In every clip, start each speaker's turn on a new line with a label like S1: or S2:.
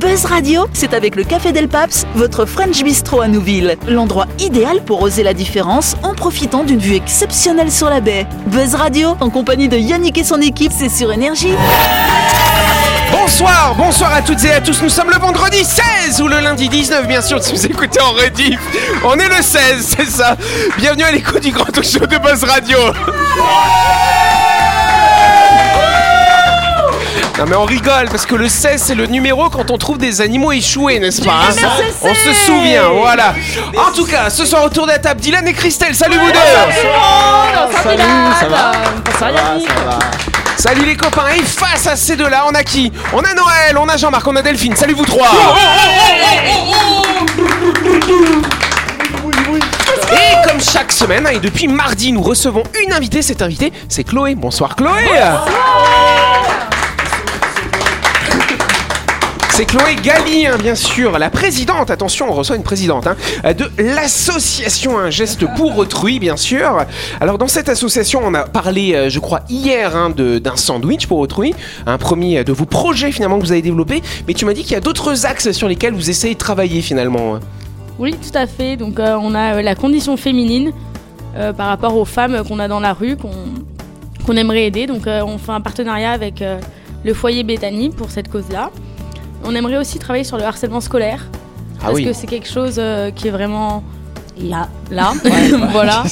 S1: Buzz Radio, c'est avec le Café Del Paps, votre French Bistro à Nouville. L'endroit idéal pour oser la différence en profitant d'une vue exceptionnelle sur la baie. Buzz Radio, en compagnie de Yannick et son équipe, c'est sur Énergie.
S2: Bonsoir, bonsoir à toutes et à tous. Nous sommes le vendredi 16 ou le lundi 19, bien sûr, si vous écoutez en rediff. On est le 16, c'est ça. Bienvenue à l'écho du grand talk show de Buzz Radio. Non mais on rigole parce que le 16 c'est le numéro quand on trouve des animaux échoués, n'est-ce pas hein On se souvient, voilà. En tout cas, ce soir autour de la table, Dylan et Christelle, salut vous deux
S3: Salut, ça va Ça va,
S2: Salut les copains, et face à ces deux-là, on a qui On a Noël, on a Jean-Marc, on a Delphine, salut vous trois Et comme chaque semaine, hein, et depuis mardi, nous recevons une invitée, cette invitée, c'est Chloé. Bonsoir Chloé C'est Chloé Galli, hein, bien sûr, la présidente, attention, on reçoit une présidente, hein, de l'association Un geste pour autrui, bien sûr. Alors, dans cette association, on a parlé, euh, je crois, hier hein, de- d'un sandwich pour autrui, un premier euh, de vos projets finalement que vous avez développé, mais tu m'as dit qu'il y a d'autres axes sur lesquels vous essayez de travailler finalement. hein.
S3: Oui, tout à fait. Donc, euh, on a euh, la condition féminine euh, par rapport aux femmes euh, qu'on a dans la rue, qu'on qu'on aimerait aider. Donc, euh, on fait un partenariat avec euh, le foyer Béthanie pour cette cause-là. On aimerait aussi travailler sur le harcèlement scolaire
S2: Ah
S3: parce que c'est quelque chose euh, qui est vraiment là, là, voilà.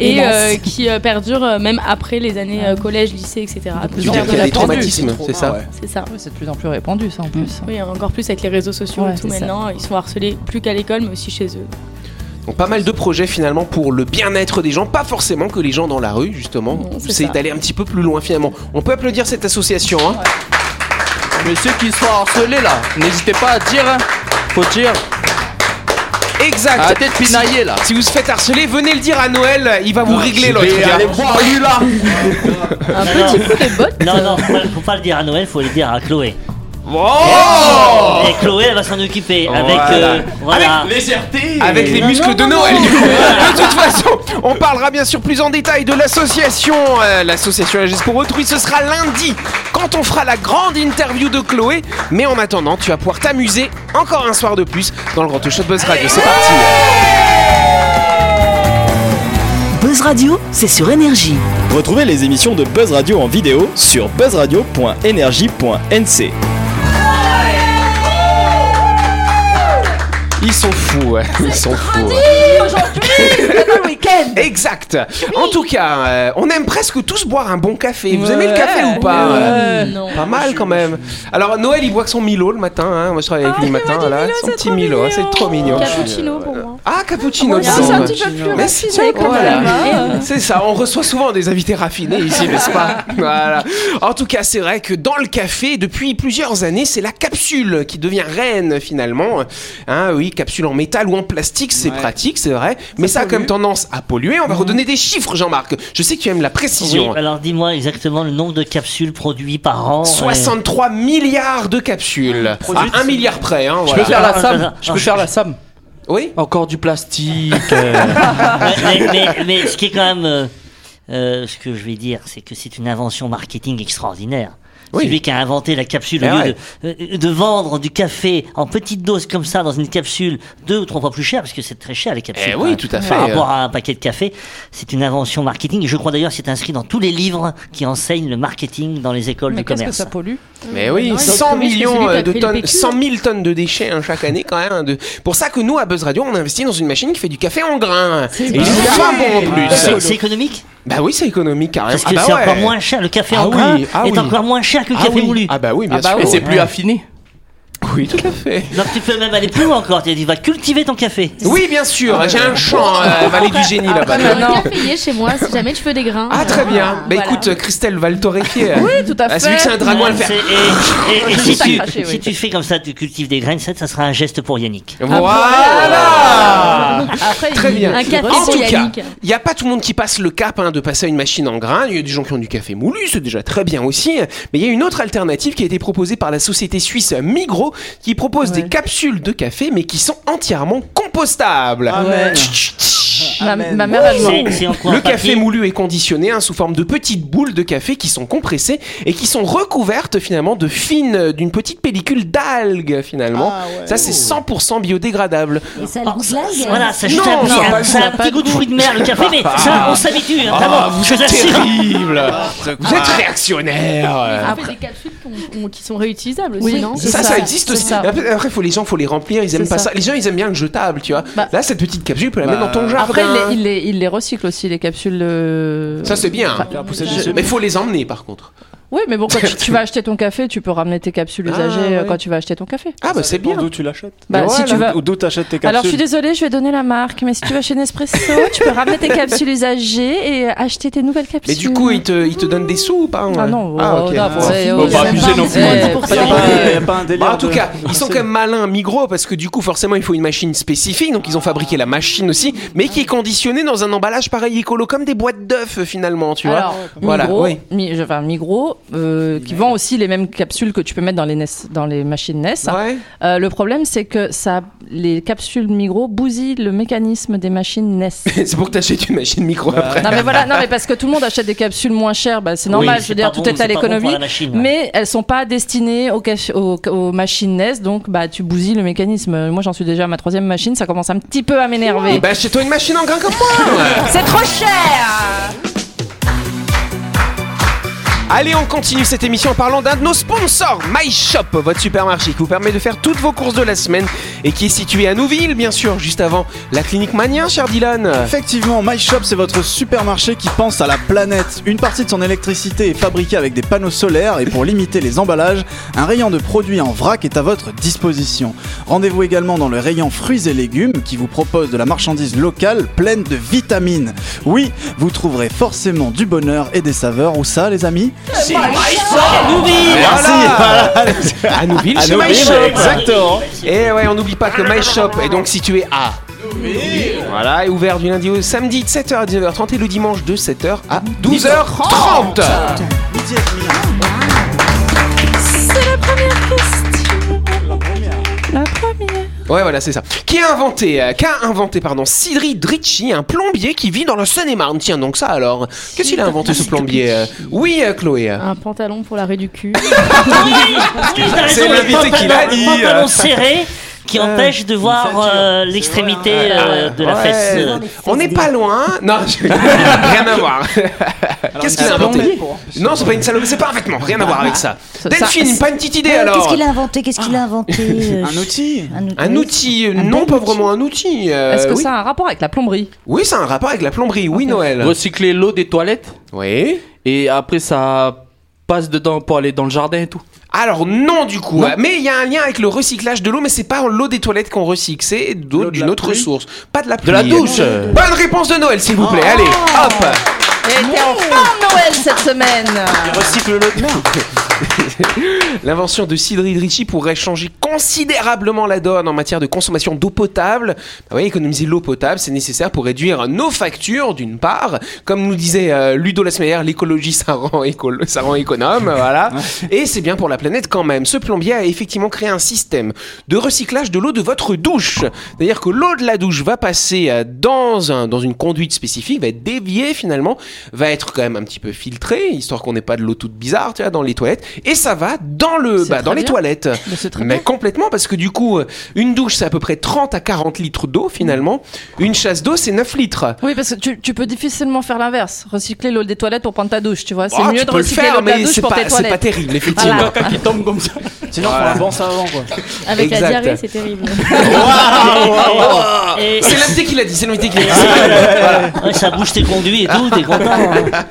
S3: Et euh, qui euh, perdure euh, même après les années euh, collège, lycée, etc.
S2: Tu veux
S3: Toujours
S2: dire
S3: de
S2: qu'il y a
S3: la
S2: des
S3: tendue,
S2: traumatismes, c'est ça
S3: C'est ça.
S4: Oui, c'est de plus en plus répandu, ça en
S2: Mm.
S4: plus.
S3: Oui, encore plus avec les réseaux sociaux
S4: Ouais,
S3: et tout
S4: c'est ça.
S3: maintenant, ils sont harcelés plus qu'à l'école, mais aussi chez eux.
S2: Donc pas mal de projets finalement pour le bien-être des gens, pas forcément que les gens dans la rue justement.
S3: Non, c'est
S2: C'est
S3: ça.
S2: d'aller un petit peu plus loin finalement. On peut applaudir cette association. Hein.
S5: Mais ceux qui sont harcelés là, n'hésitez pas à dire, hein. faut dire,
S2: Exact.
S6: Ah,
S5: arrêtez de pinailler là.
S2: Si vous se faites harceler, venez le dire à Noël, il va vous régler l'autre
S5: Et
S2: gars.
S5: allez voir lui là.
S3: Un
S7: Non, non.
S3: petit coup de botte.
S7: Non, non, faut pas, faut pas le dire à Noël, faut le dire à Chloé.
S2: Oh
S7: Et Chloé, elle va s'en occuper.
S2: Voilà.
S7: Avec. euh,
S5: Ah.
S7: voilà.
S2: Avec les muscles de Noël. du coup. De toute façon, on parlera bien sûr plus en détail de l'association, euh, l'association Agis pour autrui. Ce sera lundi quand on fera la grande interview de Chloé. Mais en attendant, tu vas pouvoir t'amuser encore un soir de plus dans le Grand Talk Show de Buzz Radio. C'est parti.
S1: Buzz Radio, c'est sur Énergie.
S8: Retrouvez les émissions de Buzz Radio en vidéo sur buzzradio.energie.nc.
S2: Ils sont fous, ouais. ils sont fous. Exact. En tout cas, euh, on aime presque tous boire un bon café. Vous aimez le café ou pas
S3: Euh, non.
S2: Pas mal quand même. Alors Noël, il boit que son Milo le matin. hein. Moi, je travaille avec lui le matin. là. Son petit Milo, hein, c'est trop mignon.
S3: Cappuccino pour moi.
S2: Ah, cappuccino. dis
S3: c'est
S2: donc.
S3: un petit peu plus
S2: Mais si,
S3: raffiné quand
S2: voilà.
S3: même, hein.
S2: C'est ça, on reçoit souvent des invités raffinés ici, n'est-ce pas Voilà. En tout cas, c'est vrai que dans le café, depuis plusieurs années, c'est la capsule qui devient reine finalement. Hein, oui, capsule en métal ou en plastique, c'est pratique, c'est vrai. Mais ça, a quand même tendance à polluer. On va redonner des chiffres, Jean-Marc. Je sais que tu aimes la
S7: Oui,
S2: précision.
S7: alors dis-moi exactement le nombre de capsules produites par an. euh,
S2: 63 milliards de capsules. À 1 milliard près, hein,
S5: Je
S2: voilà.
S5: peux faire la
S7: Ah,
S5: somme
S7: ah,
S5: Je
S7: ah,
S5: peux faire la somme
S2: Oui
S5: Encore du plastique. euh.
S7: Ouais, mais, mais- mais ce qui est quand même. euh, euh, ce que je vais dire, c'est que c'est une invention marketing extraordinaire.
S2: Oui.
S7: Celui qui a inventé la capsule,
S2: Eh
S7: au
S2: ouais.
S7: lieu de, euh, de vendre du café en petite dose comme ça dans une capsule deux ou trois fois plus chère, parce que c'est très cher les capsules.
S2: Eh oui,
S7: hein,
S2: tout à fait.
S7: Par rapport à un paquet de café, c'est une invention marketing. Et je crois d'ailleurs que c'est inscrit dans tous les livres qui enseignent le marketing dans les écoles
S4: Mais
S7: de
S4: qu'est-ce que
S7: commerce.
S4: ça pollue
S2: Mais oui,
S3: Ah Non, il
S2: 100
S3: est économiste,
S2: millions euh,
S3: c'est lui
S2: de
S3: qui a créé le
S2: tonnes,
S3: PQ.
S2: 100 000 tonnes de déchets hein, chaque année quand même. hein, de- Pour ça que nous à Buzz Radio, on investit dans une machine qui fait du café en grains. Et ils sont pas bons en
S7: Ah, c'est-
S2: plus.
S7: c'est économique
S2: Bah oui, c'est économique carrément.
S7: Parce que
S2: Ah bah
S7: c'est encore
S2: ouais.
S7: moins cher. Le café
S2: Ah
S7: en grain
S2: oui, ah
S7: est
S2: oui.
S7: encore moins cher que le
S2: Ah
S7: café
S2: oui.
S7: moulu.
S2: Ah bah oui, bien
S5: Ah bah
S2: sûr.
S5: oui, et c'est plus
S7: ouais.
S5: affiné.
S2: Oui, tout à fait.
S7: Donc tu peux même aller plus loin encore. Tu vas cultiver ton café.
S2: Oui, bien sûr. J'ai un champ euh, Vallée du Génie là-bas.
S3: J'ai un caféier chez moi si jamais tu veux des grains.
S2: Ah très bien. Bah
S3: Voilà.
S2: écoute, Christelle va le torréfier.
S4: Oui, tout à
S2: Ah,
S4: fait.
S2: c'est vu que c'est un dragon à le faire.
S7: C'est- Et, et- et si,
S4: Juste à
S7: tu,
S4: cracher,
S7: si
S4: oui.
S7: tu fais comme ça, tu cultives des graines, ça, ça sera un geste pour Yannick.
S2: Voilà
S4: Après,
S2: Très bien.
S3: Un café
S2: en
S3: pour
S2: tout cas,
S3: Yannick.
S2: il n'y a pas tout le monde qui passe le cap hein, de passer à une machine en grain. Il y a des gens qui ont du café moulu, c'est déjà très bien aussi. Mais il y a une autre alternative qui a été proposée par la société suisse Migros qui propose
S4: Ouais.
S2: des capsules de café, mais qui sont entièrement compostables.
S5: Ah,
S4: Amen.
S2: Tch, tch, tch.
S4: Ma,
S5: Amen.
S4: ma mère, elle
S7: C'est
S4: m'en-
S7: c'est en quoi,
S2: Le
S7: en papier
S2: café moulu est conditionné hein, sous forme de petites boules de café qui sont compressées et qui sont recouvertes finalement de fines, d'une petite pellicule d'algues finalement.
S5: Ah ouais.
S2: Ça c'est 100% biodégradable.
S9: Et ça le
S7: Ah,
S9: goût de
S7: ça-
S9: la gueule.
S7: Voilà, ça a juste
S2: Non,
S7: un, petit-
S2: non,
S7: un-
S2: pas- Ah,
S7: ça a un petit goût de fruit de mer, le café, mais ça, on s'habitue. hein, vraiment, je t'assure.
S2: Terrible Vous êtes réactionnaire
S3: Après, des capsules qu'on- qu'on- qui sont réutilisables aussi,
S4: Oui,
S3: non
S4: Ah, c'est
S2: Ah, ça, ça,
S4: ça,
S2: existe
S4: c'est
S2: aussi.
S4: ça.
S2: Après, après, faut les gens, faut les remplir. Ils aiment
S4: C'est
S2: pas ça.
S4: ça.
S2: Les gens, ils aiment bien le jetable, tu vois.
S4: Bah.
S2: Là, cette petite capsule, tu peux la mettre
S5: Bah.
S2: dans ton jardin.
S4: Après, il les, il, les, il les recycle aussi, les capsules. euh,
S2: Ça, c'est bien.
S4: enfin,
S5: Faire pousser des
S4: je-
S5: semences.
S2: Mais faut les emmener, par contre.
S4: Oui, mais bon, quand tu, tu vas acheter ton café, tu peux ramener tes capsules
S2: Ah,
S4: usagées euh,
S2: ouais.
S4: quand tu vas acheter ton café.
S2: Ah bah c'est bien.
S5: D'où tu l'achètes
S4: Bah, si tu vas.
S5: Ou d'où t'achètes tes capsules
S4: Alors, je suis désolée, je vais donner la marque, mais si tu vas chez Nespresso, tu peux ramener tes capsules usagées et acheter tes nouvelles capsules.
S2: Mais du coup, ils te, ils te donnent des sous ou pas ouais
S4: Ah non,
S2: Ah,
S4: oh,
S2: ok.
S4: non,
S5: Ah,
S4: ouais,
S5: faut
S4: ouais,
S5: pas
S4: ouais.
S5: abuser non plus.
S4: Eh,
S5: Il y a pas- il y a pas un délire
S2: Bah, en tout
S5: de-
S2: cas, ils sont quand même malins, Migros, parce que du coup, forcément, il faut une machine spécifique. Donc, ils ont fabriqué la machine aussi, mais qui est conditionnée dans un emballage pareil écolo, comme des boîtes d'œufs, euh, finalement, tu vois.
S4: Alors,
S2: Voilà,
S4: Migros,
S2: oui.
S4: Mi- je- enfin, Migros, euh, qui vend aussi les mêmes capsules que tu peux mettre dans les, NES dans les machines NES.
S2: Ouais.
S4: Euh, le problème, c'est que ça, les capsules Migros bousillent le mécanisme des machines NES.
S2: c'est pour que t'achètes une machine micro
S5: Bah.
S2: après.
S4: non mais voilà, non mais parce que tout le monde achète des capsules moins chères, bah, c'est normal,
S7: Oui,
S4: je
S7: c'est
S4: veux dire,
S7: pas
S4: tout
S7: bon,
S4: est à
S7: c'est pas bon pour
S4: l'économie.
S7: la machine, ouais.
S4: mais elles sont pas destinées aux, cach- aux, aux machines NES, donc bah tu bousilles le mécanisme. Moi j'en suis déjà à ma troisième machine, ça commence un petit peu à
S2: Et
S4: m'énerver.
S2: bah, achète-toi une machine en grain comme moi
S4: C'est trop cher
S2: Allez, on continue cette émission en parlant d'un de nos sponsors, My Shop, votre supermarché qui vous permet de faire toutes vos courses de la semaine et qui est situé à Nouville, bien sûr, juste avant la clinique Mania, cher Dylan.
S5: Effectivement, My Shop, c'est votre supermarché qui pense à la planète. Une partie de son électricité est fabriquée avec des panneaux solaires et pour limiter les emballages, un rayon de produits en vrac est à votre disposition. Rendez-vous également dans le rayon fruits et légumes qui vous propose de la marchandise locale pleine de vitamines. Oui, vous trouverez forcément du bonheur et des saveurs. Où ça, les amis
S2: C'est My Shop Nouville
S5: Voilà.
S2: À Nouville,
S5: À
S2: c'est My
S5: Nouville,
S2: Shop
S5: exactement.
S2: Et ouais, on n'oublie pas que My Shop est donc situé à Nouville Voilà, est ouvert du lundi au samedi de 7h à 19h30 et le dimanche de 7h à 12h30 Ouais, voilà, c'est ça. Qui a inventé, euh, qu'a inventé, pardon, Cydrid Ricci, un plombier qui vit dans le Seine-et-Marne. Tiens, donc ça alors. Qu'est-ce qu'il a inventé ce plombier euh Oui, euh, Chloé.
S3: Un pantalon pour la rue du cul.
S7: Ah
S2: C'est l'invité qui l'a dit,
S7: Un pantalon
S2: hein.
S7: serré qui empêche de voir euh, l'extrémité
S4: hein.
S7: euh, de la
S2: Ah, Ouais.
S7: fesse. euh,
S2: On n'est pas loin. Non, je- rien à voir. Qu'est-ce qu'il a inventé Non, c'est pas une saloperie, c'est pas un vêtement, rien à voir avec ça. Delphine, pas une petite idée
S9: Ouais, Euh,
S1: euh,
S9: Qu'est-ce
S2: alors Ah,
S9: qu'il a inventé Qu'est-ce qu'il a inventé euh, Un outil
S2: un outil, euh, non pas vraiment un outil. euh,
S4: Est-ce que
S2: oui.
S4: ça a un rapport avec la plomberie
S2: Oui, ça a un rapport avec la plomberie. Oui, Noël.
S6: Recycler l'eau des toilettes
S2: Oui.
S6: et après ça passe dedans pour aller dans le jardin et tout.
S2: Alors non du coup, hein. mais il y a un lien avec le recyclage de l'eau, mais c'est pas l'eau des toilettes qu'on recycle, c'est d'eau
S5: L'eau de
S2: d'une
S5: la
S2: autre
S5: pluie.
S2: source, pas de la
S6: De
S2: pluie.
S6: la douche
S2: Bonne réponse de Noël, s'il vous plaît. Allez, hop.
S4: Et t'es en forme Noël cette semaine
S5: Recycle le
S2: L'invention de Sidrid Ricci pourrait changer considérablement la donne en matière de consommation d'eau potable. Bah ouais, économiser l'eau potable, c'est nécessaire pour réduire nos factures, d'une part. Comme nous disait euh, Ludo la semaine dernière, l'écologie, ça rend, écolo- ça rend économe, voilà. Et c'est bien pour la planète quand même. Ce plombier a effectivement créé un système de recyclage de l'eau de votre douche. C'est-à-dire que l'eau de la douche va passer euh, dans, un, dans une conduite spécifique, va être déviée finalement, va être quand même un petit peu filtrée, histoire qu'on n'ait pas de l'eau toute bizarre, tu vois, dans les toilettes. Et ça va dans le,
S4: C'est
S2: bah,
S4: très
S2: dans les
S4: bien.
S2: toilettes.
S4: Mais c'est très
S2: Mais
S4: bien.
S2: complètement, parce que du coup, euh, une douche, c'est à peu près 30 à 40 litres d'eau finalement. Une chasse d'eau, c'est 9 litres.
S4: Oui, parce que tu, tu peux difficilement faire l'inverse. Recycler l'eau des toilettes pour prendre ta douche, tu vois. C'est
S2: Oh,
S4: mieux
S2: tu
S4: de
S2: peux le
S4: recycler l'eau
S2: faire,
S4: de la
S2: mais
S4: douche
S2: c'est
S4: pour
S2: pas,
S4: tes
S2: c'est pas
S4: toilettes.
S2: terrible, effectivement.
S4: Voilà.
S5: caca qui tombe comme ça. Sinon, faut la banse avant quoi.
S3: Avec
S2: Exact.
S3: la diarrhée, c'est terrible.
S7: et-
S2: Oh. C'est l'invité qui l'a dit, c'est l'invité qui l'a dit.
S7: ouais, ça bouge tes conduits et tout, t'es content. hein.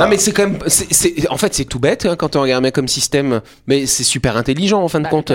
S2: Non mais c'est quand même, c'est- c'est- en fait c'est tout bête hein, quand on regarde bien comme système, mais c'est super intelligent en fin de
S7: Bah,
S2: compte.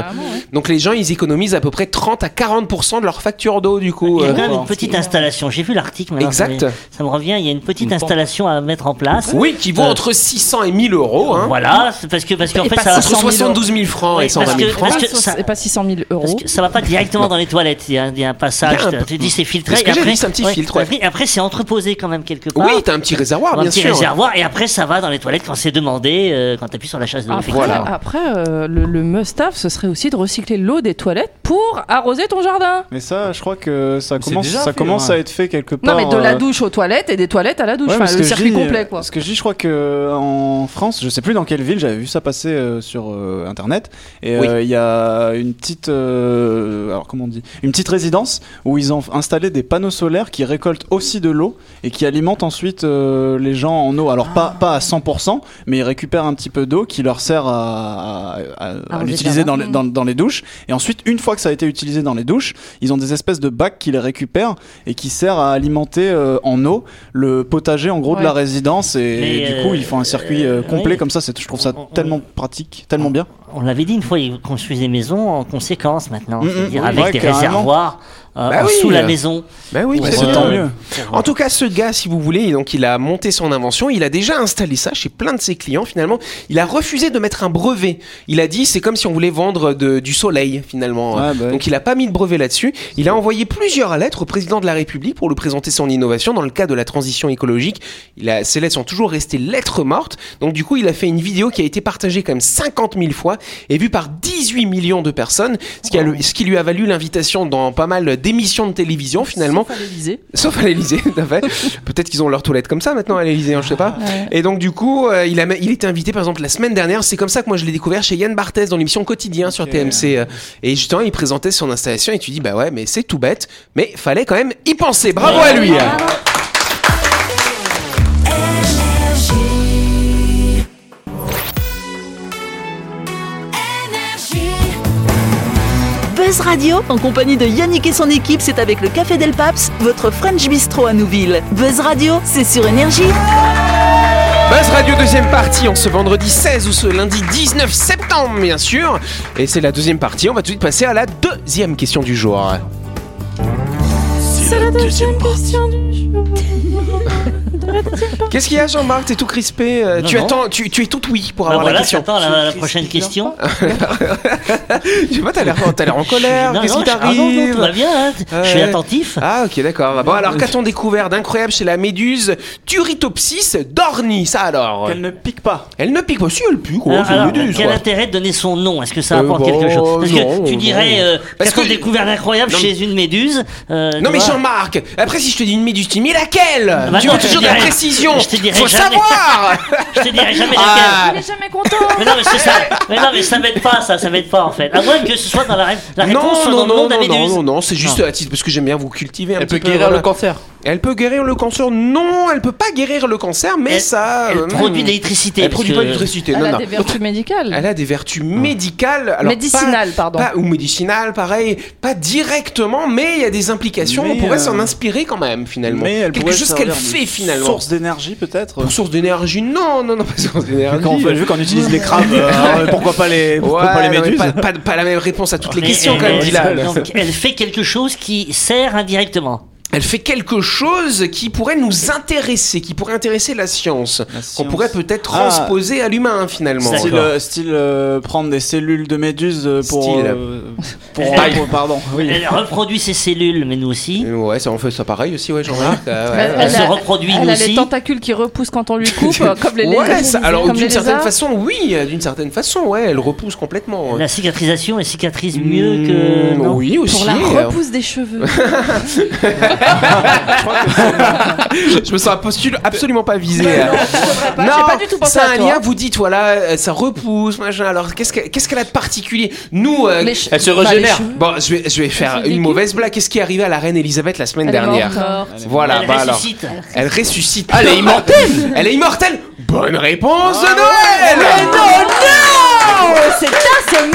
S2: Donc les gens ils économisent à peu près 30 à 40% de leur facture d'eau du coup.
S7: Il y a
S2: euh.
S7: quand même une petite installation. J'ai vu l'article. maintenant,
S2: Exact.
S7: Ça, me- ça me revient. Il y a une petite installation à mettre en place.
S2: Oui, qui vaut
S7: Euh.
S2: entre 600 et 1000 euros. Hein.
S7: Voilà, c'est parce que parce qu'en
S4: Et
S7: fait
S4: pas
S7: ça,
S4: 600
S2: Entre
S4: 000
S2: 72 000 francs et
S7: Oui,
S2: 120 000 francs.
S7: parce que
S4: Pas
S7: ça-
S4: so- et pas 600 000
S7: parce
S4: euros.
S7: que ça va pas directement dans les toilettes. Il y a, il y a un
S2: Il y a
S7: passage.
S2: un-
S7: tu dis c'est filtré.
S2: C'est ce que
S7: et
S2: j'ai
S7: après-
S2: dit, c'est un petit filtre, ouais.
S7: Après, après, c'est entreposé quand même quelque part.
S2: Oui, t'as un petit réservoir,
S7: dans un
S2: bien
S7: petit
S2: sûr.
S7: réservoir, et après ça va dans les toilettes quand c'est demandé, euh, quand t'appuies sur la chasse de l'eau.
S4: Après,
S7: effectivement.
S4: après, euh, le, le must-have, ce serait aussi de recycler l'eau des toilettes pour arroser ton jardin.
S5: Mais ça, je crois que ça
S6: C'est
S5: commence,
S6: déjà
S5: ça
S6: fait,
S5: commence
S6: ouais.
S5: à être fait quelque
S4: Non,
S5: part.
S4: mais de la
S5: euh,
S4: douche aux toilettes et des toilettes à la douche.
S5: Ouais,
S4: enfin,
S5: mais ce
S4: le
S5: que je
S4: circuit
S5: dis,
S4: complet, quoi.
S5: Ce que je dis, je crois que euh, en France, je sais plus dans quelle ville, j'avais vu ça passer euh, sur euh, internet, et
S2: Oui.
S5: euh, il y a une petite, euh, alors comment on dit, une petite résidence où ils ont installé des panneaux solaires qui récoltent aussi de l'eau et qui alimentent ensuite euh, les gens en eau. Alors pas pas à 100%, mais ils récupèrent un petit peu d'eau qui leur sert à, à- à- à
S9: Arroser
S5: l'utiliser
S9: le
S5: dans
S9: jardin.
S5: les, dans, dans les douches. Et ensuite, une fois que ça a été utilisé dans les douches, ils ont des espèces de bacs qui les récupèrent et qui servent à alimenter euh, en eau le potager en gros de
S4: Ouais.
S5: la résidence et,
S7: Mais,
S5: du
S7: euh,
S5: coup ils font un circuit euh,
S7: euh,
S5: complet
S7: oui.
S5: comme ça c'est je trouve ça
S7: On- Ah. on-
S5: tellement pratique tellement bien
S7: On l'avait dit une fois, ils construisent des maisons en conséquence maintenant,
S5: Mm, mm,
S7: c'est-à-dire
S5: oui,
S7: avec
S5: ouais,
S7: des
S5: carrément.
S7: réservoirs euh,
S2: Bah
S7: en
S2: oui.
S7: sous la maison.
S2: Ben oui,
S7: Ouais,
S2: c'est
S7: c'est
S2: bien.
S7: tant mieux.
S2: En tout cas, ce gars, si vous voulez, donc il a monté son invention, il a déjà installé ça chez plein de ses clients finalement. Il a refusé de mettre un brevet. Il a dit c'est comme si on voulait vendre de- du soleil finalement.
S5: Ouais, bah oui.
S2: donc il a pas mis de brevet là-dessus. Il a envoyé plusieurs lettres au président de la République pour lui présenter son innovation dans le cas de la transition écologique. Il a, ces lettres sont toujours restées lettres mortes. Donc du coup, il a fait une vidéo qui a été partagée quand même 50 000 fois et vue par 18 millions de personnes, ce qui, a le- ce qui lui a valu l'invitation dans pas mal d'émissions de télévision finalement.
S4: Sauf à l'Élysée.
S2: Sauf à l'Elysée, tout à fait. Peut-être qu'ils ont leur toilette comme ça maintenant à l'Elysée, je sais pas. Et donc, du coup, euh, il, a, il était invité, par exemple, la semaine dernière. C'est comme ça que moi je l'ai découvert chez Yann Barthès dans l'émission Quotidien sur
S5: Ok.
S2: TMC. euh, Et justement, il présentait son installation et tu dis, bah ouais, mais c'est tout bête, mais fallait quand même y penser. Bravo à lui!
S5: hein.
S1: Buzz Radio, en compagnie de Yannick et son équipe, c'est avec le Café Del Paps, votre French Bistro à Nouville. Buzz Radio, c'est sur Énergie.
S2: Buzz Radio deuxième partie en ce vendredi 16 ou ce lundi 19 septembre bien sûr et c'est la deuxième partie on va tout de suite passer à la deuxième question du jour Qu'est-ce qu'il y a Jean-Marc t'es tout crispé euh,
S7: Non,
S2: tu
S7: non.
S2: attends tu, tu es tout ouïe pour
S7: Bah
S2: avoir
S7: voilà,
S2: la question
S7: j'attends la, la prochaine question.
S2: je sais pas t'as l'air t'as l'air en colère
S7: Non,
S2: qu'est-ce
S7: non,
S2: qui
S7: je- ah non, non, tout va
S2: t'arrive
S7: bien, hein.
S2: Euh,
S7: je suis attentif.
S2: ah ok d'accord bon alors qu'a-t-on découvert d'incroyable chez la méduse Turritopsis dorni ça alors
S5: qu'elle ne pique pas
S2: elle ne pique pas si elle pue quoi
S7: Alors,
S2: c'est une
S7: alors,
S2: méduse
S7: quel
S2: quoi.
S7: intérêt de donner son nom Est-ce que ça
S2: Euh,
S7: apporte
S2: bon,
S7: quelque chose Parce que
S2: non,
S7: tu
S2: non.
S7: dirais, euh,
S2: Parce
S7: qu'a-t-on
S2: que-
S7: découvert d'incroyable
S2: Non, mais-
S7: chez une méduse euh,
S2: Non
S7: tu
S2: mais
S7: vois
S2: Jean-Marc, après si je te dis une méduse, tu dis mais laquelle
S7: bah
S2: Tu
S7: non,
S2: veux
S7: je te
S2: toujours de la
S7: dirais-
S2: précision
S7: je te dirais
S2: Faut
S7: jamais.
S2: savoir
S7: Je te dirai jamais
S2: Ah.
S7: laquelle.
S4: jamais content.
S7: Mais non, mais c'est ça. Mais non, mais ça m'aide pas, ça, ça m'aide pas en fait. À moins que ce soit dans la, ré- la réponse soit dans le nom de la
S2: non, non,
S7: méduse.
S2: non, non, c'est juste
S7: Non.
S2: à titre parce que j'aime bien vous cultiver un
S6: Elle
S2: petit
S6: peut
S2: peu.
S6: guérir
S2: voilà.
S6: le cancer.
S2: Elle peut guérir le cancer Non, elle peut pas guérir le cancer, mais
S7: Elle-
S2: ça.
S7: Elle
S2: euh,
S7: produit
S2: hmm.
S7: de l'électricité.
S2: Elle
S7: parce
S2: produit
S7: que- Hmm.
S2: pas d'électricité.
S4: Elle
S2: Non,
S4: a
S2: non.
S4: des vertus médicales.
S2: Elle a des vertus médicales, alors pas-
S4: Médicinales, pardon.
S2: pas- ou médicinales, pareil, pas directement, mais il y a des implications.
S5: Mais,
S2: on pourrait
S5: euh,
S2: s'en inspirer quand même finalement.
S5: mais elle
S2: Quelque
S5: pourrait
S2: chose qu'elle
S5: servir
S2: fait
S5: de
S2: finalement.
S5: source d'énergie peut-être
S2: Pour source d'énergie Non, non, non, pas source d'énergie.
S5: Ah, quand on, fait- vu qu'on utilise les crabes euh, pourquoi pas les
S2: Ouais,
S5: pourquoi pas les
S2: non, mais
S5: méduses
S2: pas, pas- pas la même réponse à toutes les
S7: Mais
S2: questions
S7: elle-
S2: quand même,
S7: elle-
S2: Dylan.
S7: donc, elle fait quelque chose qui sert indirectement.
S2: Elle fait quelque chose qui pourrait nous intéresser, qui pourrait intéresser la science,
S5: La
S2: qu'on
S5: science.
S2: pourrait peut-être
S5: Ah.
S2: transposer à l'humain finalement.
S7: C'est-
S5: Style,
S7: D'accord.
S5: euh, style euh, prendre des cellules de méduses euh, pour,
S2: Style.
S5: euh, pour,
S7: Elle-
S5: pour- pardon.
S7: Elle reproduit ses cellules, mais nous aussi.
S2: Ouais, ça, on fait ça pareil aussi, ouais, Jean-Marc.
S5: Ah.
S2: euh, ouais,
S4: Elle-
S7: Elle,
S2: ouais.
S7: se
S4: a-
S7: reproduit,
S4: Elle
S7: nous
S4: a les
S7: aussi.
S4: tentacules qui repoussent quand on lui coupe, euh, comme les
S2: Ouais,
S4: lézards.
S2: ça- alors
S4: comme les
S2: d'une certaine
S4: lézards.
S2: façon, oui, euh, d'une certaine façon, ouais, elle repousse complètement. hein.
S7: La cicatrisation, elle cicatrise mieux que.
S2: Mmh,
S7: non
S2: oui, aussi.
S4: Pour la
S2: euh,
S4: repousse des cheveux.
S2: je me sens un postule absolument pas visé.
S4: pas, j'ai pas du tout pensé
S2: ça a
S4: à
S2: euh, un
S4: toi.
S2: lien, vous dites, voilà, euh, ça repousse, machin. Alors, qu'est-ce que- qu'est-ce qu'elle a de particulier Nous, euh,
S4: Les che-
S6: Elle se
S4: bah, les
S6: régénère.
S4: cheveux.
S2: Bon, je vais, je vais faire
S4: Merci,
S2: une
S4: Guigui.
S2: mauvaise blague. Qu'est-ce qui est arrivé à la reine Elisabeth la semaine
S4: Elle est
S2: dernière
S4: morte.
S2: Voilà,
S7: elle
S2: bah alors.
S7: ressuscite.
S2: Elle ressuscite. Elle est immortelle Elle est immortelle Bonne réponse
S4: Ah
S2: de Noël
S4: Oh, c'est ta semaine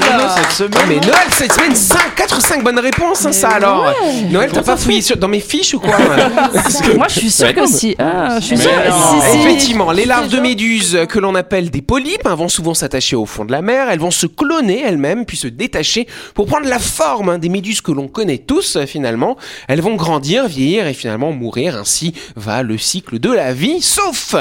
S5: Non, non,
S6: Ah,
S5: cette
S2: Non,
S5: semaine
S2: mais Noël, cette semaine, 5, 4, 5 bonnes réponses, hein, ça alors Noël, t'as pas fouillé sur- dans mes fiches ou quoi
S4: Moi, je suis sûre que si. Ah, je suis
S2: Mais
S4: sûre
S2: non.
S4: que si, si.
S2: Effectivement, les larves de méduses que l'on appelle des polypes hein, vont souvent s'attacher au fond de la mer, elles vont se cloner elles-mêmes puis se détacher pour prendre la forme hein, des méduses que l'on connaît tous euh, finalement. Elles vont grandir, vieillir et finalement mourir, ainsi va le cycle de la vie, sauf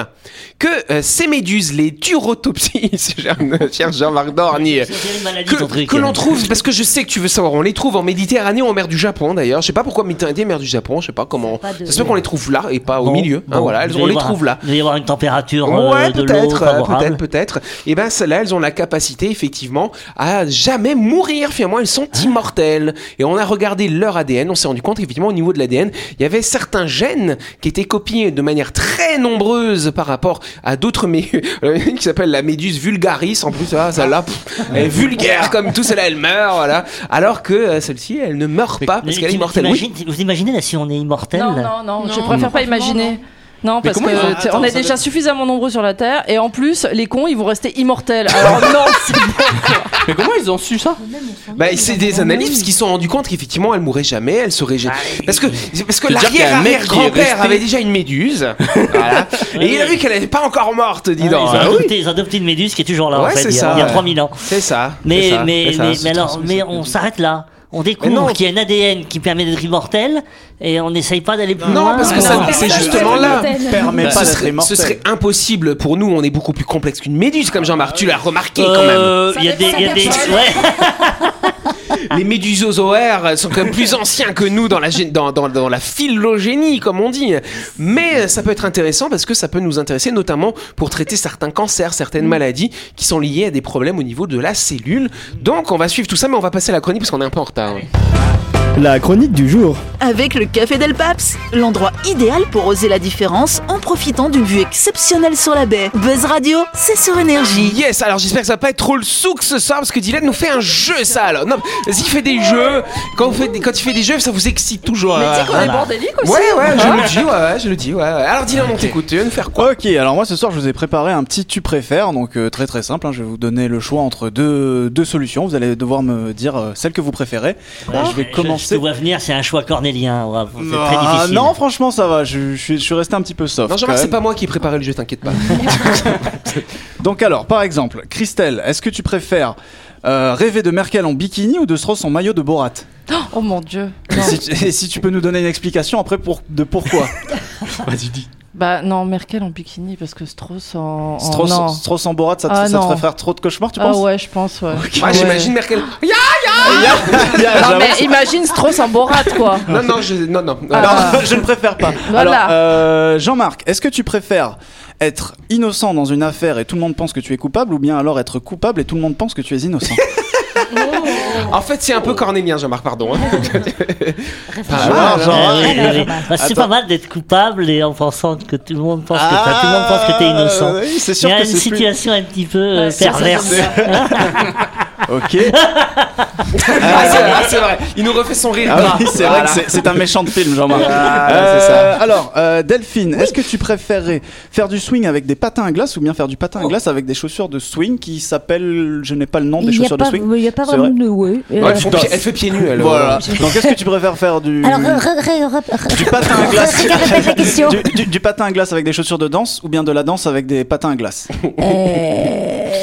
S2: que euh, ces méduses, les turotopsies, cher cher Jean-Marc Dornier,
S7: C'est une maladie,
S2: que,
S7: ton truc.
S2: que l'on trouve Parce que je sais que tu veux savoir. On les trouve en Méditerranée ou en mer du Japon d'ailleurs. Je sais pas pourquoi Méditerranée, mer du Japon. Je sais pas comment.
S9: Pas de-
S2: Ça se peut qu'on les trouve là et pas au
S7: Bon,
S2: milieu. hein,
S7: bon,
S2: voilà,
S7: il
S2: elles-
S7: doit
S2: on les
S7: y avoir-
S2: trouve là.
S7: Il doit y avoir une température euh,
S2: Ouais,
S7: de l'eau
S2: peut-être, euh, peut-être,
S7: favorable.
S2: peut-être. Et ben celles-là, elles ont la capacité effectivement à jamais mourir. Finalement, elles sont
S7: Ah.
S2: immortelles. Et on a regardé leur ADN, on s'est rendu compte effectivement au niveau de l'ADN, il y avait certains gènes qui étaient copiés de manière très nombreuse par rapport à d'autres mais euh, une qui s'appelle la méduse vulgaris en plus ah, celle-là pff, elle est vulgaire comme tout celle-là elle meurt voilà alors que euh, celle-ci elle ne meurt pas Ah, parce
S7: Mais
S2: qu'elle est
S7: t'im-
S2: immortelle oui
S7: t'imagines- Vous imaginez là si on est immortel
S4: Non, non, non, je
S3: Non,
S4: préfère
S3: non.
S4: pas imaginer. Non, parce
S2: comment
S4: que
S2: ils vont-
S4: t'es-
S2: Attends,
S4: on est
S2: ça
S4: déjà suffisamment nombreux sur la Terre et en plus, les cons, ils vont rester immortels. Alors
S5: Oh,
S2: Ah,
S4: non, c'est
S6: Mais comment ils ont su ça
S2: Bah, c'est des analystes qui se sont rendus compte qu'effectivement, elle mourrait jamais, elle serait
S6: Ah,
S2: jamais. Parce que, parce que
S6: C'est-à-dire qu'il y a un mec qui est
S2: l'arrière-arrière-grand-père
S6: resté-
S2: avait déjà une méduse. voilà. Et il a vu qu'elle n'était pas encore morte, dis
S7: ils, ont
S2: donc.
S6: bah
S2: Ah oui,
S7: adopté, ils ont adopté une méduse qui est toujours là
S2: Ouais,
S7: en fait,
S2: c'est
S7: il y a,
S2: ça,
S7: il y a
S2: ouais.
S7: 3000 ans.
S2: C'est ça.
S7: Mais,
S2: c'est ça,
S7: mais,
S2: c'est ça,
S7: mais,
S2: c'est
S7: mais alors,
S2: transmis-
S7: mais on s'arrête là. On
S2: Mais non.
S7: découvre qu'il y a un ADN qui permet d'être immortel et on n'essaye pas d'aller plus
S2: Non,
S7: loin.
S2: parce que
S7: Ah, Non.
S2: ça- c'est justement là.
S6: Bah,
S5: Permet
S2: Ce
S5: pas d'être
S2: serait, ce
S5: immortel.
S2: serait impossible pour nous, on est beaucoup plus complexe qu'une méduse, comme Jean-Marc, tu l'as remarqué quand même.
S7: Euh, Il y a des, il y a des, ouais.
S4: Ah.
S2: Les médusozoaires sont quand même plus anciens que nous dans la, gé- dans, dans, dans la phylogénie, comme on dit. Mais ça peut être intéressant parce que ça peut nous intéresser notamment pour traiter certains cancers,
S4: Mm.
S2: certaines maladies qui sont liées à des problèmes au niveau de la cellule. Donc on va suivre tout ça, mais on va passer à la chronique parce qu'on est un peu en retard.
S8: La chronique du jour.
S1: Avec le Café Del Paps, l'endroit idéal pour oser la différence en profitant d'une vue exceptionnelle sur la baie. Buzz Radio, c'est sur énergie.
S2: Yes, alors j'espère que ça va pas être trop le souk ce soir parce que Dylan nous fait un jeu, ça alors. Non, vas-y, fais des jeux. Quand, vous faites, des- quand il fait des jeux, ça vous excite toujours.
S4: Mais tu sais qu'on
S7: voilà.
S4: est bordélique aussi. Hein
S2: Ouais, ouais, je le dis, ouais, ouais, je le dis, ouais. ouais. Alors Dylan, on t'écoute, tu viens nous faire quoi
S5: Ok, alors moi ce soir je vous ai préparé un petit tu préfères, donc euh, très très simple, hein, je vais vous donner le choix entre deux, deux solutions, vous allez devoir me dire euh, celle que vous préférez. Euh,
S7: Ouais,
S5: Bah, je vais
S7: Oh, Je
S5: commencer.
S7: te vois venir, c'est un choix cornélien. ouais, C'est très
S5: Ah,
S7: difficile.
S5: non, franchement ça va, je, je suis, je suis resté un petit peu soft.
S2: Non, Jean-Marc,
S5: quand
S2: c'est
S5: même.
S2: pas moi qui ai préparé le jeu, t'inquiète pas.
S5: Donc alors, par exemple, Christelle, est-ce que tu préfères euh, rêver de Merkel en bikini ou de Strauss en maillot de Borat
S4: Oh mon dieu.
S5: et
S4: Non.
S5: si, tu- et si tu peux nous donner une explication après pour, de pourquoi Vas-y, dis.
S4: Bah non, Merkel en bikini parce que Strauss en. en-
S5: Strauss,
S4: Oh, non.
S5: Strauss en Borat, ça, te-
S4: Ah,
S5: ça te
S4: non.
S5: ferait faire trop de cauchemars, tu
S4: Ah
S5: penses
S4: ouais, je pense, ouais.
S2: Moi,
S4: Ouais.
S2: j'imagine Merkel. Ya
S4: Non, mais imagine Strauss en Borat, quoi.
S2: non, non, je, non, non.
S4: Ah.
S5: Non, je ne préfère pas.
S4: Voilà.
S5: Alors, euh, Jean-Marc, est-ce que tu préfères être innocent dans une affaire et tout le monde pense que tu es coupable ou bien alors être coupable et tout le monde pense que tu es innocent
S7: Ah,
S2: En fait, c'est un peu cornélien, Jean-Marc, pardon. hein. Pas
S5: Jean-Marc,
S2: mal,
S7: Ouais,
S2: hein.
S7: ouais, ouais, ouais. Bah, c'est
S5: Attends.
S7: pas mal d'être coupable et en pensant que tout le monde pense que, enfin, tout le monde pense que t'es
S5: Ah,
S7: innocent.
S5: oui, c'est
S7: Il
S5: sûr
S7: y a
S5: que
S7: une
S5: c'est plus...
S7: situation un petit peu euh,
S4: Ouais, ça, ça,
S7: perverse.
S5: Ok.
S2: Ah, c'est vrai, c'est vrai. Il nous refait son rire.
S5: Ah
S2: gras.
S5: oui, c'est vrai
S2: Voilà.
S5: que c'est- c'est un méchant de film, Jean-Marc.
S2: Ah, c'est
S5: Euh, alors, euh, Delphine, est-ce que tu préférerais faire du swing avec des patins à glace ou bien faire du
S9: Oh.
S5: patin à glace avec des chaussures de swing qui s'appellent, je n'ai pas le nom des
S9: Il n'y a
S5: chaussures de
S9: pas,
S5: swing
S9: il y a pas
S5: C'est
S9: vraiment de ouais. Euh,
S2: Ouais, elle, fait pied- elle fait pieds nus, elle.
S5: Voilà. Donc, est-ce que tu préfères faire du,
S9: Alors, re- re- re- re-
S5: du patin à glace
S9: Répète, répète la question.
S5: du, du- du patin à glace avec des chaussures de danse ou bien de la danse avec des patins à glace
S9: Euh,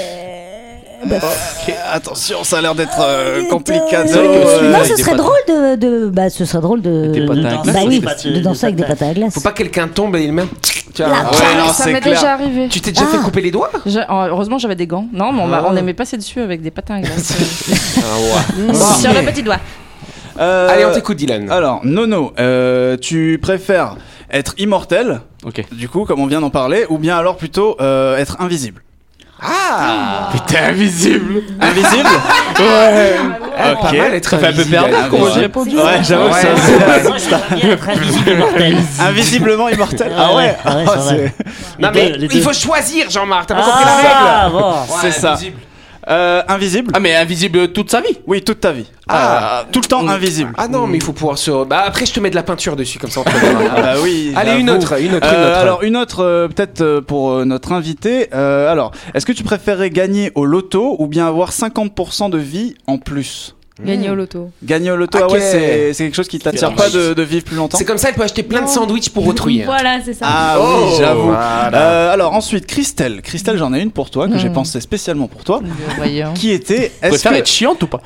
S9: bah,
S5: Ok, Attention, ça a l'air d'être euh, compliqué.
S9: Euh, Non, ce serait drôle de, de- bah, ce serait drôle
S7: Euh,
S9: de,
S5: Des patins à
S9: bah
S5: glace,
S9: oui,
S7: des patins-
S9: de danser avec des
S7: des
S9: patins à glace.
S2: Faut pas que quelqu'un tombe et il met. un Tu vois,
S5: Ouais,
S2: ouais.
S5: non,
S4: Ah, ça
S5: c'est
S4: m'est
S5: clair.
S4: déjà arrivé.
S2: Tu t'es déjà
S5: Ah.
S2: fait couper les doigts
S4: J'ai- oh, Heureusement, j'avais des gants. Non, mais on m'a-
S2: Ah.
S4: on n'aimait pas passer dessus avec des patins à glace.
S2: Ah, ouais.
S4: Sur le petit doigt.
S5: Euh,
S2: Allez, on t'écoute, Dylan.
S5: Alors, Nono, euh, tu préfères être immortel,
S6: Ok.
S5: du coup, comme on vient d'en parler, ou bien alors plutôt euh, être invisible
S2: Ah
S5: Mais t'es invisible Invisible
S2: Ah, Pas mal être
S6: Ça fait un peu
S2: invisible.
S6: pervers comment j'ai
S2: Ouais.
S6: répondu.
S5: Ouais, j'avoue
S2: Ouais.
S5: que c'est-
S7: Moi, je préfère bien être invisible et mortel.
S5: Invisiblement immortel Ah ouais,
S7: Ah ouais,
S5: Ah,
S7: c'est
S5: c'est-
S7: vrai.
S2: Non,
S7: Les
S2: mais
S7: deux, les
S2: il
S7: deux.
S2: faut choisir, Jean-Marc. T'as pas compris la règle
S7: Ah, bon.
S5: C'est ça. Euh, invisible
S6: Ah mais invisible toute sa vie.
S5: Oui, toute ta vie.
S2: Ah.
S5: Euh, tout le temps invisible.
S2: Ah non, mais il faut pouvoir se. Bah, après, je te mets de la peinture dessus, comme ça on te le verra.
S5: Ah bah oui.
S2: Allez, une
S5: j'avoue.
S2: autre, une autre,
S5: Euh,
S2: une autre.
S5: alors une autre euh, peut-être euh, pour euh, notre invité. Euh, alors, est-ce que tu préférais gagner au loto ou bien avoir 50% de vie en plus
S4: Gagner au loto.
S5: Gagner au loto,
S2: Ok.
S5: ah ouais, c'est c'est quelque chose qui t'attire pas de, de vivre plus longtemps.
S2: C'est comme ça, elle peut acheter plein de sandwichs pour autrui. hein.
S3: Voilà, c'est ça.
S5: Ah oui,
S2: Oh,
S5: j'avoue.
S2: voilà.
S5: Euh, alors ensuite, Christelle, Christelle, j'en ai une pour toi que j'ai
S4: Mm.
S5: pensé spécialement pour toi.
S4: euh, Voyons.
S5: Qui était
S6: Tu
S5: Est-ce
S6: préfères
S5: que
S6: être chiante ou pas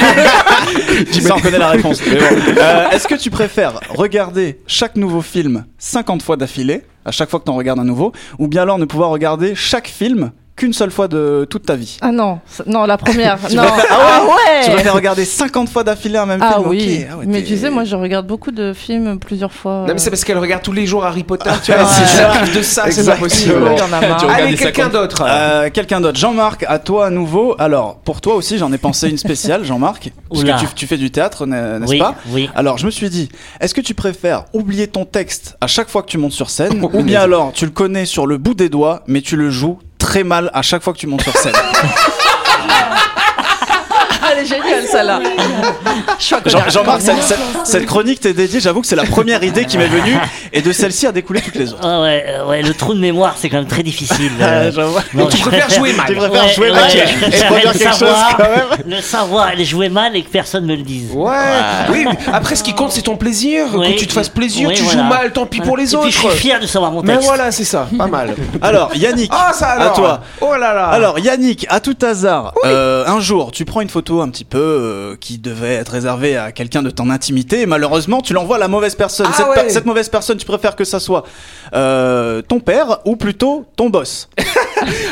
S5: tu sais, on connaît la réponse mais bon. Euh, Est-ce que tu préfères regarder chaque nouveau film 50 fois d'affilée à chaque fois que t'en regardes un nouveau, ou bien alors ne pouvoir regarder chaque film qu'une seule fois de toute ta vie
S4: Ah non, ça- non, la première. non.
S5: préfères-
S4: Ah
S5: Tu vas
S4: ouais
S5: faire regarder 50 fois d'affilée un même
S4: Ah
S5: film.
S4: oui,
S5: ok. Ah ouais,
S4: mais
S5: t'es-
S4: tu sais, moi je regarde beaucoup de films plusieurs fois.
S2: Non, mais c'est
S4: euh,
S2: parce qu'elle regarde tous les jours Harry Potter, tu vois.
S5: Ouais.
S2: c'est ça vive de
S4: Ah,
S2: ça, c'est pas
S5: Exactement.
S2: possible.
S4: il y en a marre.
S6: Tu regardes
S2: Allez,
S6: les
S2: quelqu'un
S6: 50.
S2: d'autre.
S5: Euh, Quelqu'un d'autre, Jean-Marc, à toi à nouveau. Alors, pour toi aussi, j'en ai pensé une spéciale, Jean-Marc, parce
S7: Oula.
S5: que tu, tu fais du théâtre, n'est- n'est-ce
S7: oui,
S5: pas
S7: oui.
S5: Alors, je me suis dit, est-ce que tu préfères oublier ton texte à chaque fois que tu montes sur scène, ou bien alors tu le connais sur le bout des doigts, mais tu le joues très mal à chaque fois que tu montes sur scène
S4: Ah, elle est géniale celle-là. Ah, Je suis à côté.
S5: Jean- Jean-Marc, cette, cette- cette chronique t'est dédiée, j'avoue que c'est la première idée qui m'est venue, et de celle-ci a découlé toutes les autres.
S7: Ah ouais, euh, ouais, le trou de mémoire, c'est quand même très difficile.
S5: Ah,
S7: euh,
S5: j'en vois.
S7: non,
S2: Tu
S7: je
S2: préfères jouer
S5: Tu
S2: mal.
S5: préfères
S7: Ouais,
S5: jouer
S7: ouais,
S5: mal
S7: ouais,
S5: et
S7: j'aimerais
S5: produire
S7: le
S5: quelque chose
S7: savoir.
S5: quand même
S7: Le savoir, elle jouer mal et que personne ne le dise.
S2: Ouais. Oui, mais après ce qui compte c'est ton plaisir.
S7: Oui.
S2: Quand tu te fasses plaisir,
S7: Oui,
S2: tu
S7: voilà.
S2: joues mal, tant pis pour les
S7: Et
S2: autres.
S7: puis, je suis fier de savoir mon
S2: Mais
S7: texte.
S2: voilà, c'est ça, pas mal.
S5: Alors, Yannick,
S2: Ah ça alors.
S5: À toi.
S2: Oh là là.
S5: Alors Yannick, à tout hasard, euh, un jour tu prends une photo un petit peu euh, qui devait être réservée à quelqu'un de ton intimité et malheureusement tu l'envoies à la mauvaise personne.
S2: Ah
S5: cette,
S2: ouais.
S5: per- cette mauvaise personne, tu préfères que ça soit euh, ton père ou plutôt ton boss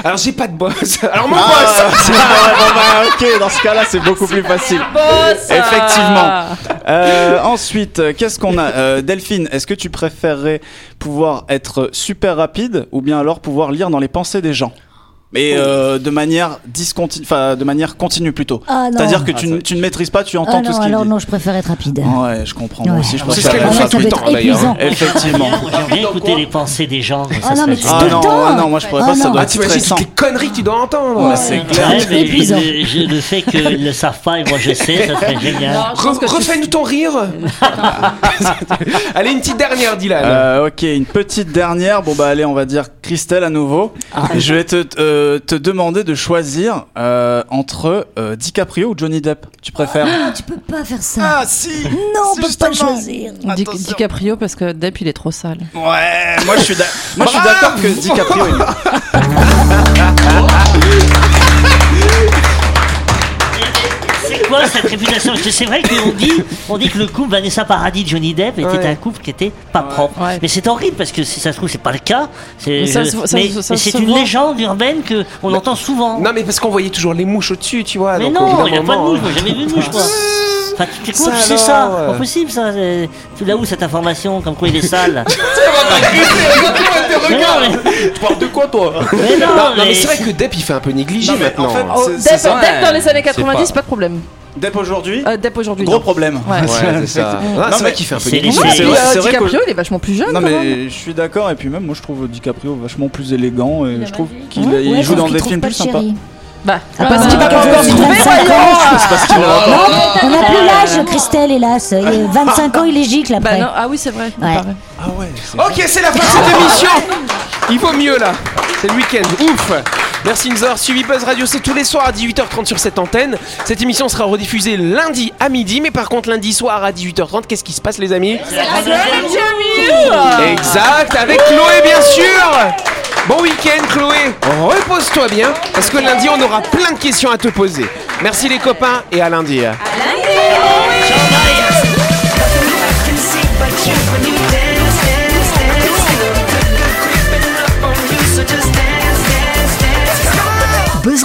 S2: Alors j'ai pas de boss. Alors mon
S5: Ah,
S2: boss.
S5: c'est- ah, bon, bah, ok, dans ce cas-là c'est beaucoup plus facile.
S4: Boss
S5: Effectivement. Euh, ensuite, euh, qu'est-ce qu'on a Euh, Delphine, est-ce que tu préférerais pouvoir être super rapide ou bien alors pouvoir lire dans les pensées des gens
S2: Oh.
S5: mais euh, de manière discontinue, enfin de manière continue plutôt.
S9: Ah non.
S5: C'est-à-dire que tu, ne- tu ne maîtrises pas, tu entends
S9: ah non,
S5: tout ce qu'il
S9: alors
S5: dit. Ah.
S9: non, je préfère être rapide.
S5: Ouais, je comprends. Moi
S9: Ouais.
S5: aussi, je
S7: Ah, c'est
S2: ce qu'elle
S5: préfère être
S2: fait
S9: ça
S2: tout
S9: peut
S2: le
S5: rapide.
S9: être
S2: temps d'ailleurs. hein.
S9: épuisant.
S5: Effectivement.
S7: J'aime bien écouter les pensées des gens.
S9: Ah non, mais tu
S5: Ah
S9: Tout le
S5: non,
S9: temps.
S5: ah non, moi je pourrais
S9: Ah
S5: pas, ça
S9: non.
S5: doit
S2: Ah
S5: être
S2: t'imagines
S5: stressant.
S2: toutes les conneries que tu dois entendre.
S9: Ouais.
S5: c'est
S7: Ouais,
S5: clair.
S7: mais
S9: C'est épuisant.
S7: je- je- le fait qu'ils ne le savent pas et moi je sais, ça serait génial.
S4: Non, je pense que
S2: Re-
S4: tu-
S2: Refais-nous ton rire. Allez une petite dernière Dylan.
S5: Euh, ok, une petite dernière. Bon bah allez, on va dire Christelle à nouveau. Je vais te, euh, te demander de choisir euh, entre euh, DiCaprio ou Johnny Depp. Tu préfères
S9: Ah, Tu peux pas faire ça.
S5: Ah si
S9: non, on
S5: c'est
S9: peut pas le
S5: justement.
S9: choisir.
S4: Di-
S5: Attention.
S4: DiCaprio parce que Depp il est trop sale.
S5: Ouais, moi je suis d'a- moi,
S6: Ah,
S5: je suis d'accord que DiCaprio. il-
S7: C'est quoi cette réputation Parce que c'est vrai qu'on dit, on dit que le couple Vanessa Paradis Johnny Depp était
S2: Ouais.
S7: un couple qui était pas propre.
S4: Ouais.
S7: Mais c'est horrible parce que si ça se trouve c'est pas le cas. C'est
S4: Mais ça
S7: je-
S4: se- ça
S7: mais-
S4: se- ça
S7: mais
S4: se
S7: c'est une
S4: voit.
S7: légende urbaine que on entend souvent.
S2: Non mais parce qu'on voyait toujours les mouches au-dessus, tu vois.
S7: mais
S2: donc, au bout
S7: non,
S2: d'un
S7: il n'y a pas de
S2: moment,
S7: mouche.
S2: hein.
S7: J'ai jamais vu de mouche. Moi. Enfin, tu, tu,
S2: Ça
S7: tu
S2: alors,
S7: sais
S2: euh.
S7: ça
S2: ouais.
S7: Pas possible ça. c'est- Tu l'as où cette information Comme quoi il est sale Mais non, mais-
S2: Tu parles de quoi toi
S7: mais non,
S2: Non, non, mais
S7: mais-
S2: c'est vrai que Depp il fait un peu négligé
S5: Non, mais
S2: maintenant.
S5: en fait,
S4: Oh,
S5: C'est-
S4: Depp,
S5: c'est ça,
S4: Depp dans les
S6: C'est
S4: années 90,
S6: pas-
S4: pas de problème.
S5: Depp
S9: Ah,
S5: aujourd'hui,
S4: Euh, Depp aujourd'hui.
S5: gros
S4: non.
S5: problème.
S4: Ouais.
S2: Ouais, c'est ça. Ah,
S5: Non,
S2: C'est vrai
S5: mais-
S2: qu'il fait un peu
S7: c'est
S2: négligé.
S7: les-
S4: Ouais,
S5: c'est
S4: puis,
S5: vrai-
S4: euh,
S5: c'est vrai
S4: DiCaprio, il est vachement plus jeune.
S5: Non
S4: quand même.
S5: mais je suis d'accord et puis même moi je trouve DiCaprio vachement plus élégant et je trouve qu'il
S9: Ouais,
S5: il
S9: ouais,
S5: joue
S9: sauf
S5: dans
S9: qu'il
S5: des
S9: trouve
S5: films
S9: pas
S5: plus
S9: le
S5: sympas.
S9: chéri.
S4: Bah,
S9: Ah,
S4: parce qu'il va pas
S9: bah,
S4: encore
S9: bah,
S4: se
S9: bah,
S4: trouver,
S9: bah,
S4: voyons
S9: On n'a
S5: Ah.
S9: plus l'âge, Christelle, hélas. Il est 25 ans, il est gicle
S4: Bah
S9: après.
S4: non, ah oui, c'est vrai. il
S9: Ouais.
S4: paraît.
S5: Ah ouais. c'est-
S2: Ok, c'est la fin de cette émission. Il vaut mieux là. C'est le week-end. Ouf. Merci de nous avoir suivis. Buzz Radio, c'est tous les soirs à 18h30 sur cette antenne. Cette émission sera rediffusée lundi à midi. Mais par contre, lundi soir à 18h30, qu'est-ce qui se passe, les amis Exact, avec Chloé, bien sûr. Bon week-end, Chloé. Repose-toi bien. Parce que lundi, on aura plein de questions à te poser. Merci, les copains, et à lundi. hein.
S1: Buzz